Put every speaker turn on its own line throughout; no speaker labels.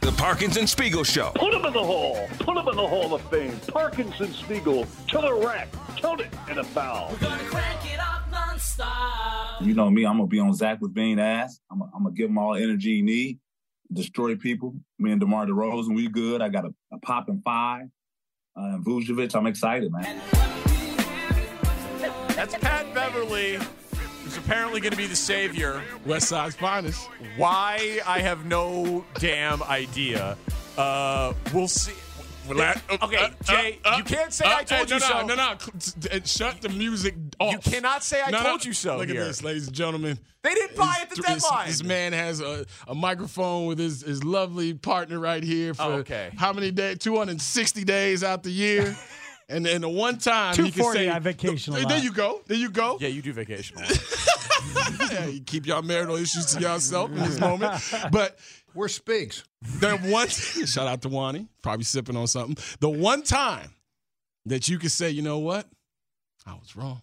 The Parkinson Spiegel Show.
Put him in the hall. Put him in the Hall of Fame. Parkinson Spiegel. Killer rack. Count it in a foul.
You know me, I'm gonna be on Zach Levine ass. I'm gonna, I'm gonna give him all the energy he need, destroy people. Me and DeMar DeRozan, we good. I got a, a popping five. Uh, and Vucevic, I'm excited, man.
That's Pat Beverly, who's apparently going to be the savior.
West Side's finest.
Why I have no damn idea. Uh, we'll see.
Well, that- uh,
Okay, Jay, you can't say I told you
hey, uh,
so.
no, No, no, no. C- uh, Shut the music off.
You cannot say I
No, no.
told you so
Look
here.
at this, ladies and gentlemen.
They didn't buy
His
at the
three- this-
deadline.
This, man has a, a microphone with his, his lovely partner right here for
Oh, okay.
how many days? 260 days out the year. and then the one time he can
240
say,
I vacation a
There,
lot.
you go. There you go.
Yeah, you do vacation.
Yeah, you keep y'all marital issues to yourself in this moment. But
We're Spigs.
that one shout out to Wani, probably sipping on something. The one time that you could say, you know what, I was wrong.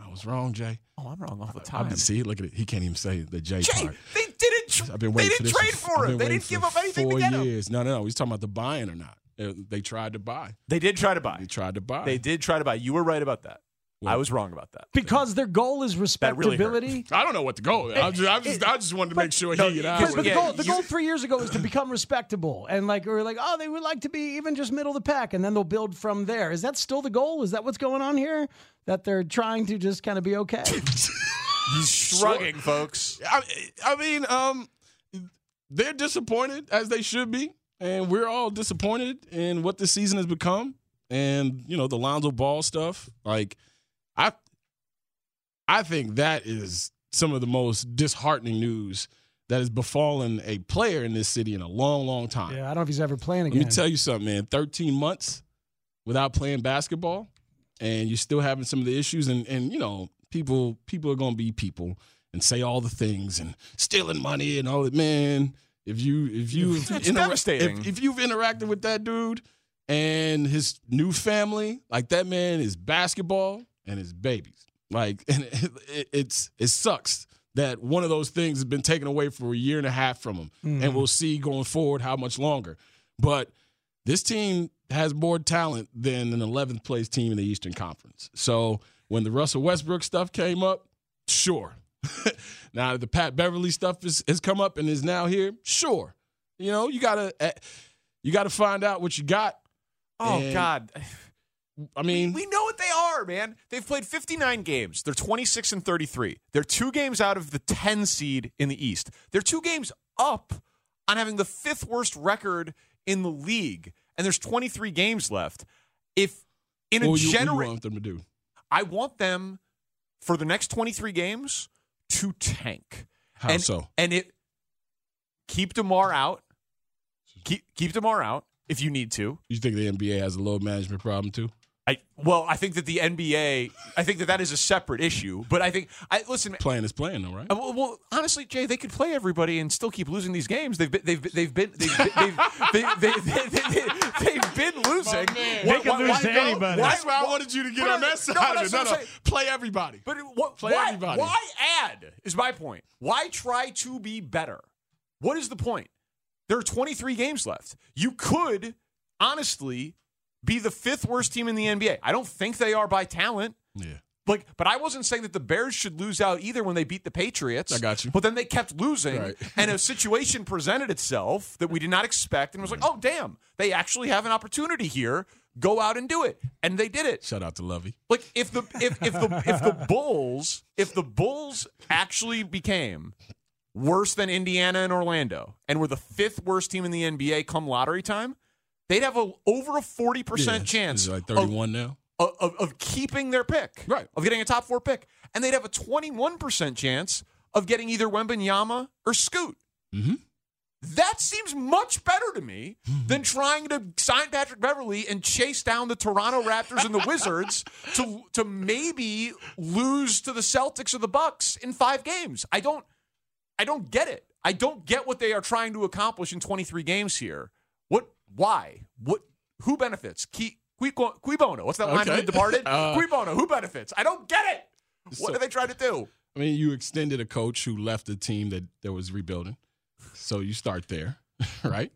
I was wrong, Jay.
oh, I'm wrong all the
I've
time.
been see, look at it. He can't even say the J,
Jay,
part.
they didn't. Tr-
I've been
they
waiting.
didn't
for this
trade
I've
for him.
been
They
waiting
didn't
for
give up anything
four
to get him.
years. No, no, no. He's talking about the buying or not. Uh, They tried to buy.
They did try to
They
buy.
tried to buy.
They did try to buy. You were right about that. I was wrong about that.
because their goal is
really hurt.
respectability.
I don't know what the goal. is. I just, I just, I just wanted to make sure
no,
he and
you-
I.
But,
Because-
were-
but the
Yeah,
goal, the
you-
goal three years ago was to become respectable, and like we were like, oh, they would like to be even just middle of the pack, and then they'll build from there. Is that still the goal? Is that what's going on here? That they're trying to just kind of be okay.
He's shrugging, folks.
I, I mean, um, they're disappointed as they should be, and we're all disappointed in what this season has become, and you know the Lonzo Ball stuff. Like, I, I think that is some of the most disheartening news that has befallen a player in this city in a long, long time.
Yeah, I don't know if he's ever playing
Let
again.
me tell you something, man. 13 months without playing basketball, and you're still having some of the issues. And and you know, people people are gonna be people and say all the things and stealing money and all that. Man, if you if you
That's devastating.
If, if you've interacted with that dude and his new family, like that man is basketball and his babies. Like, and it, it, it's it sucks that one of those things has been taken away for a year and a half from him, and we'll see going forward how much longer. But this team has more talent than an 11th place team in the Eastern Conference. So when the Russell Westbrook stuff came up, sure. now the Pat Beverly stuff is, has come up and is now here, sure. You know, you gotta eh, you gotta find out what you got.
Oh
And-
God.
I mean,
We know what they are, man. They've played 59 games. They're 26 and 33. They're two games out of the 10 seed in the East. They're two games up on having the fifth worst record in the league. And there's 23 games left. If in
what
a
would you, what do you
generation,
want them to do?
I want them for the next 23 games to tank.
How
and,
so?
And it keep Demar out. Keep keep Demar out if you need to.
You think the NBA has a load management problem too?
I well, I think that the NBA, I think that that is a separate issue. But I think I listen.
Playing is playing, though, right?
uh, Well, well, honestly, Jay, they could play everybody and still keep losing these games. They've been, they've been, they've been, they've been, they've, they, they, they, they, they, have been losing.
man.
Why-
They could
why-
lose
why
to
go-
anybody.
why-
That's why I
why-
wanted you to get
but-
on that
no,
side
but
of
that's what
it. No,
I'm
no,
saying.
play everybody.
But it- what,
Play
why,
everybody.
Why add is my point. Why try to be better? What is the point? There are 23 games left. You could honestly be the fifth worst team in the NBA. I don't think they are by talent.
yeah,
Like, but I wasn't saying that the Bears should lose out either when they beat the Patriots.
I got you.
But then they kept losing,
Right.
and a situation presented itself that we did not expect, and was like, oh damn, they actually have an opportunity here. Go out and do it, and they did it.
Shout out to Lovey.
Like if the if if the if the Bulls if the Bulls actually became worse than Indiana and Orlando and were the fifth worst team in the NBA come lottery time, they'd have a over a forty percent chance Oh.
Is it like
of-
31 now.
of, of, of keeping their pick,
Right.
Of getting a top four pick, and they'd have a twenty one percent chance of getting either Wembenyama or Scoot.
Mhm.
That seems much better to me
Hmm.
than trying to sign Patrick Beverly and chase down the Toronto Raptors and the Wizards to to maybe lose to the Celtics or the Bucks in five games. I don't I don't get it. I don't get what they are trying to accomplish in 23 games here. What? Why? What? Who benefits? Qui, qui, qui bono? What's that line from
Okay.
The Departed?
Uh,
qui bono? Who benefits? I don't get it. What
So-
are they trying to do?
I mean, you extended a coach who left a team that, that was rebuilding. So you start there, right?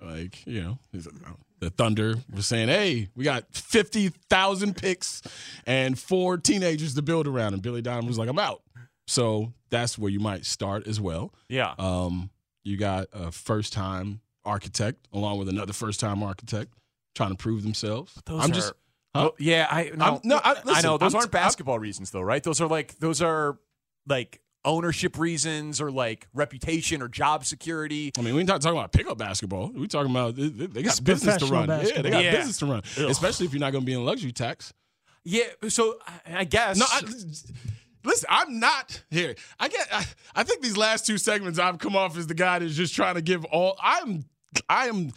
Like, you know, is it- the Thunder was saying, hey, we got 50,000 picks and four teenagers to build around. And Billy Donovan was like, I'm out. So that's where you might start as well.
Yeah.
Um, you got a first time architect along with another first time architect trying to prove themselves. I'm just, Huh?
Oh, yeah, I
I'm- no, I- listen,
know those
I'm-
aren't basketball reasons though, right? Those are like those are like ownership reasons or like reputation or job security.
I mean, we're not talking about pickup basketball. We're talking about they, they- they
It's
got business to
professional
run. Yeah, they got
basketball.
business to run, especially if you're not going to be in luxury tax.
Yeah, so I, I guess
No, I, listen, I'm not here. I get. I, I think these last two segments, I've come off as the guy that's just trying to give all. I'm. I am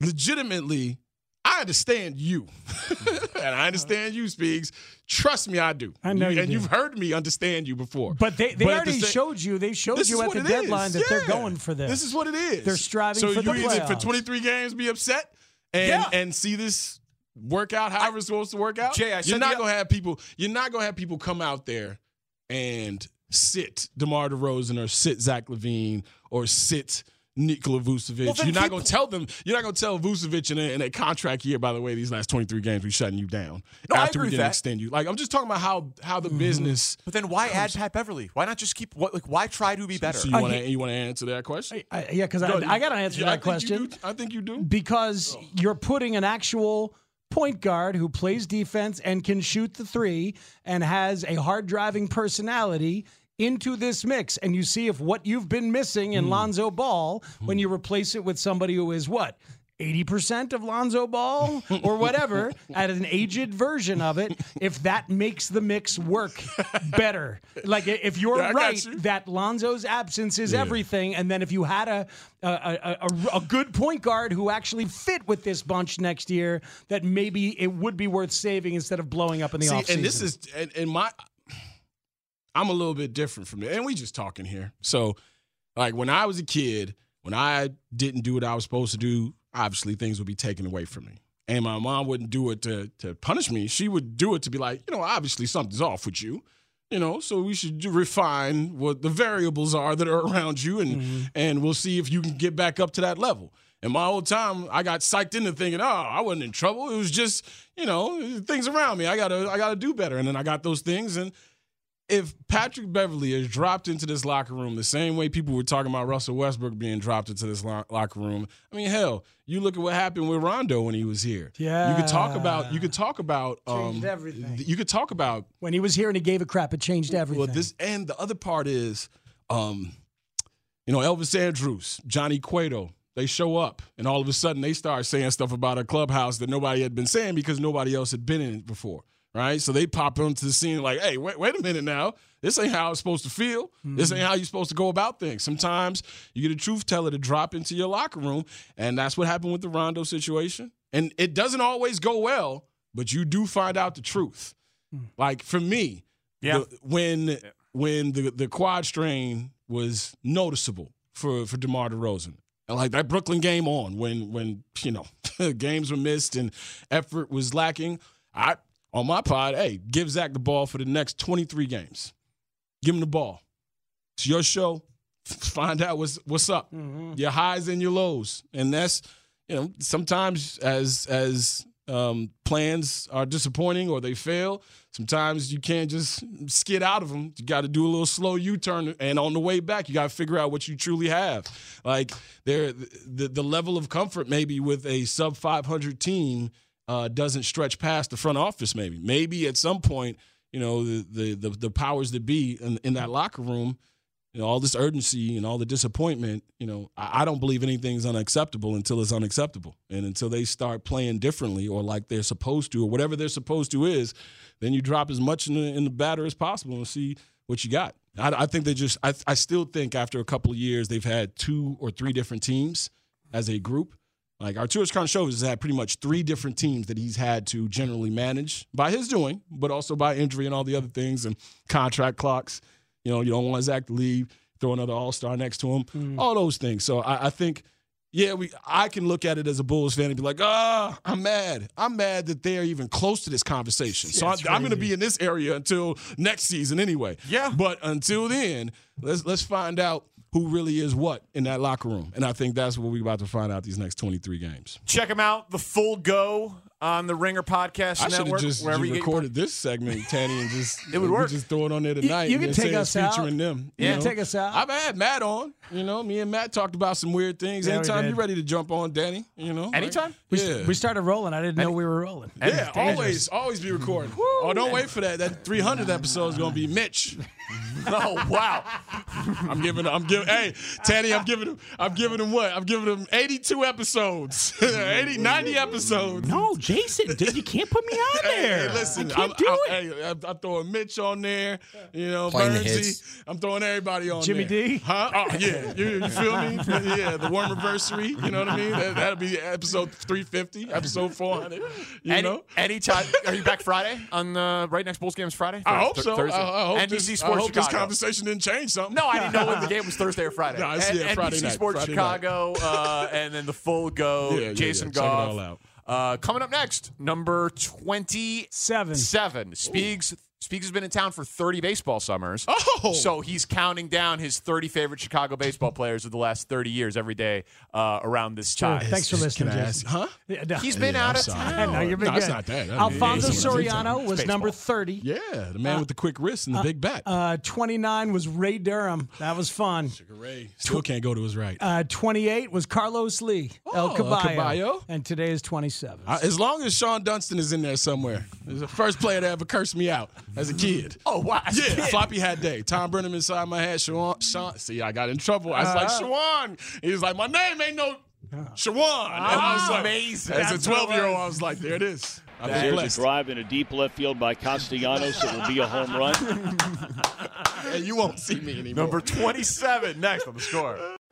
legitimately. I understand you, and I understand you, Speaks. Trust me, I do.
I know you
and
do.
you've heard me understand you before.
But they, they
at the
already
sa-
showed you. They showed
this
you
is
at
what
the
it
deadline
is.
that they're
Yeah.
going for this.
This is what it is.
They're striving
so
for the
you either for
playoffs.
23 games be upset and
Yeah.
and see this work out however it's supposed to work out.
Jay, I
you're
said
not
the-
gonna have people. You're not gonna have people come out there and sit DeMar DeRozan or sit Zach Levine or sit. Nikola Vucevic.
Well, then
you're not
keep-
going to tell them. You're not going to tell Vucevic in a, in a contract year. By the way, these last 23 games, we shutting you down
No, I
after
agree
we
with
didn't
that.
extend you. Like I'm just talking about how how the
Mm-hmm.
business.
But then why add Pat Beverly? Why not just keep what like why try to be better?
oh, So you
I
want
hate-
to you want to answer that question?
I, yeah, because I,
No,
I got to answer
yeah, I
that
think you Oh.
question.
do. I think you do.
because you're putting an actual point guard who plays defense and can shoot the three and has a hard driving personality into this mix and you see if what you've been missing
Hmm.
in Lonzo Ball when you replace it with somebody who is what 80% of Lonzo Ball or whatever at an aged version of it if that makes the mix work better like i- if you're
Yeah, I got
right
you.
that Lonzo's absence is everything. And then if you had a a, a a a good point guard who actually fit with this bunch next year, that maybe it would be worth saving instead of blowing up in the
See,
offseason.
and this is and, and my I'm a little bit different from that. And we just talking here. So like when I was a kid, when I didn't do what I was supposed to do, obviously things would be taken away from me. And my mom wouldn't do it to to punish me. She would do it to be like, you know, obviously something's off with you. You know, so we should do- refine what the variables are that are around you and and we'll see if you can get back up to that level. And my whole time, I got psyched into thinking, oh, I wasn't in trouble. It was just, you know, things around me. I gotta, I gotta do better. And then I got those things. And if Patrick Beverly is dropped into this locker room the same way people were talking about Russell Westbrook being dropped into this lo- locker room, I mean, hell, you look at what happened with Rondo when he was here. you could talk about, you could talk about, um,
Changed everything.
You could talk about
when he was here and he gave a crap, it changed everything.
well, this and the other part is, um, you know, Elvis Andrews, Johnny Cueto. They show up, and all of a sudden they start saying stuff about a clubhouse that nobody had been saying because nobody else had been in it before, right? So they pop onto the scene like, "Hey, wait, wait a minute now. This ain't how it's supposed to feel. This ain't how you're supposed to go about things." Sometimes you get a truth teller to drop into your locker room, and that's what happened with the Rondo situation. And it doesn't always go well, but you do find out the truth. Like for me,
Yeah.
the- when when the, the quad strain was noticeable for for DeMar DeRozan. And like that Brooklyn game on when when you know games were missed and effort was lacking. I on my pod, hey, give Zach the ball for the next 23 games. Give him the ball. It's your show. Find out what's what's up. Your highs and your lows. And that's you know, sometimes as as um, plans are disappointing or they fail. Sometimes you can't just skid out of them. You got to do a little slow U-turn, and on the way back, you got to figure out what you truly have. Like there, the the level of comfort maybe with a sub 500 team uh, doesn't stretch past the front office. Maybe maybe at some point, you know, the the the, the powers that be in, in that locker room. You know, all this urgency and all the disappointment, you know, I, I don't believe anything's unacceptable until it's unacceptable. And until they start playing differently or like they're supposed to or whatever they're supposed to is, then you drop as much in the, in the batter as possible and see what you got. I, I think they just, I, I still think after a couple of years, they've had two or three different teams as a group. Like Arturis Conchovas has had pretty much three different teams that he's had to generally manage by his doing, but also by injury and all the other things and contract clocks. You know, you don't want Zach to leave. Throw another All Star next to him.
Mm.
All those things. So I, I think, yeah, we I can look at it as a Bulls fan and be like, ah, I'm mad. I'm mad that they're even close to this conversation. so I,
That's
I'm going to
crazy.
be in this area until next season anyway. Yeah. But until then, let's let's find out who really is what in that locker room, and I think that's what we're about to find out these next 23 games.
Check them out. The full go on the Ringer Podcast
I should have
Network.
just,
wherever
just
you get your
recorded this segment, Tanny, and just
It would
we
work.
Just throw it on there
You-
tonight.
you
and
can
just say
take
it's
us out.
featuring them.
Yeah, take
us out. I've had Matt on. You know, me and Matt talked about some weird things.
Yeah, we
Anytime
did.
you're ready to jump on, Danny. You know, like-
Anytime? We,
yeah.
we started rolling. I didn't know we were rolling.
yeah, always, always be recording. oh, don't wait for that. That 300 episode is gonna be Mitch. oh wow! I'm giving. I'm giving. Hey, Tanny, I'm giving him. I'm giving him what? I'm giving him 82 episodes, 80, 90 episodes. No, Oh, Jason, dude, you can't put me on
there.
listen,
I
I'm,
can't do
I'm- hey, I'm, I'm throwing Mitch on there. You know,
Playing the
Bernsey.
hits.
I'm throwing everybody on
Jimmy
there.
D?
Huh? Oh yeah. You, you feel me? yeah. The warm anniversary. You know what I mean? That, that'll be episode 350, episode 400. You
Any-
know.
Anytime. Are you back Friday on the right next Bulls game is Friday?
I hope
Th-
so.
Thursday.
I, I hope,
NBC
this, I
Sports
hope this
Chicago.
conversation didn't change something.
No, I didn't know whether the game was Thursday or Friday.
No, it's-
N-
yeah, Friday
NBC
night,
Sports
Friday night.
Chicago, uh, and then the full go.
Yeah, yeah,
Jason
yeah. Check it
Goff.
all out.
Uh, coming up next, number twenty-seven. Seven. Speaks. Speaks has been in town for thirty baseball summers.
Oh,
so he's counting down his thirty favorite Chicago baseball players of the last thirty years every day uh, around this time.
Thanks for listening,
Can I
Jason.
ask- huh?
Yeah, no.
He's been out of town.
No, you've been
No,
good.
it's not that. I mean,
Alfonso
it's something else.
Soriano was
It's
number 30.
Yeah, the man
Uh,
with the quick wrist and the big bat.
Uh, 29 was Ray Durham. That was fun.
Ray still can't go to his right.
Uh, 28 was Carlos Lee, El
Oh,
El
Caballo.
Caballo.
And today is 27.
I- as long as Sean Dunston is in there somewhere, he's the first player to ever curse me out as a kid.
Oh wow!
Yeah, floppy hat day. Tom Brennan inside my head. Shawan, Sean. See, I got in trouble. I was like,
Uh-huh.
Shawan. He was like, my name ain't no Shawan. and
Ah,
I was like,
Amazing.
As
That's
a
what it
12 year old,
was.
I was like, there it is. I've been
There's
blessed.
a drive in a deep left field by Castellanos. It will be a home run.
And you won't see me anymore.
Number twenty-seven. next on the score.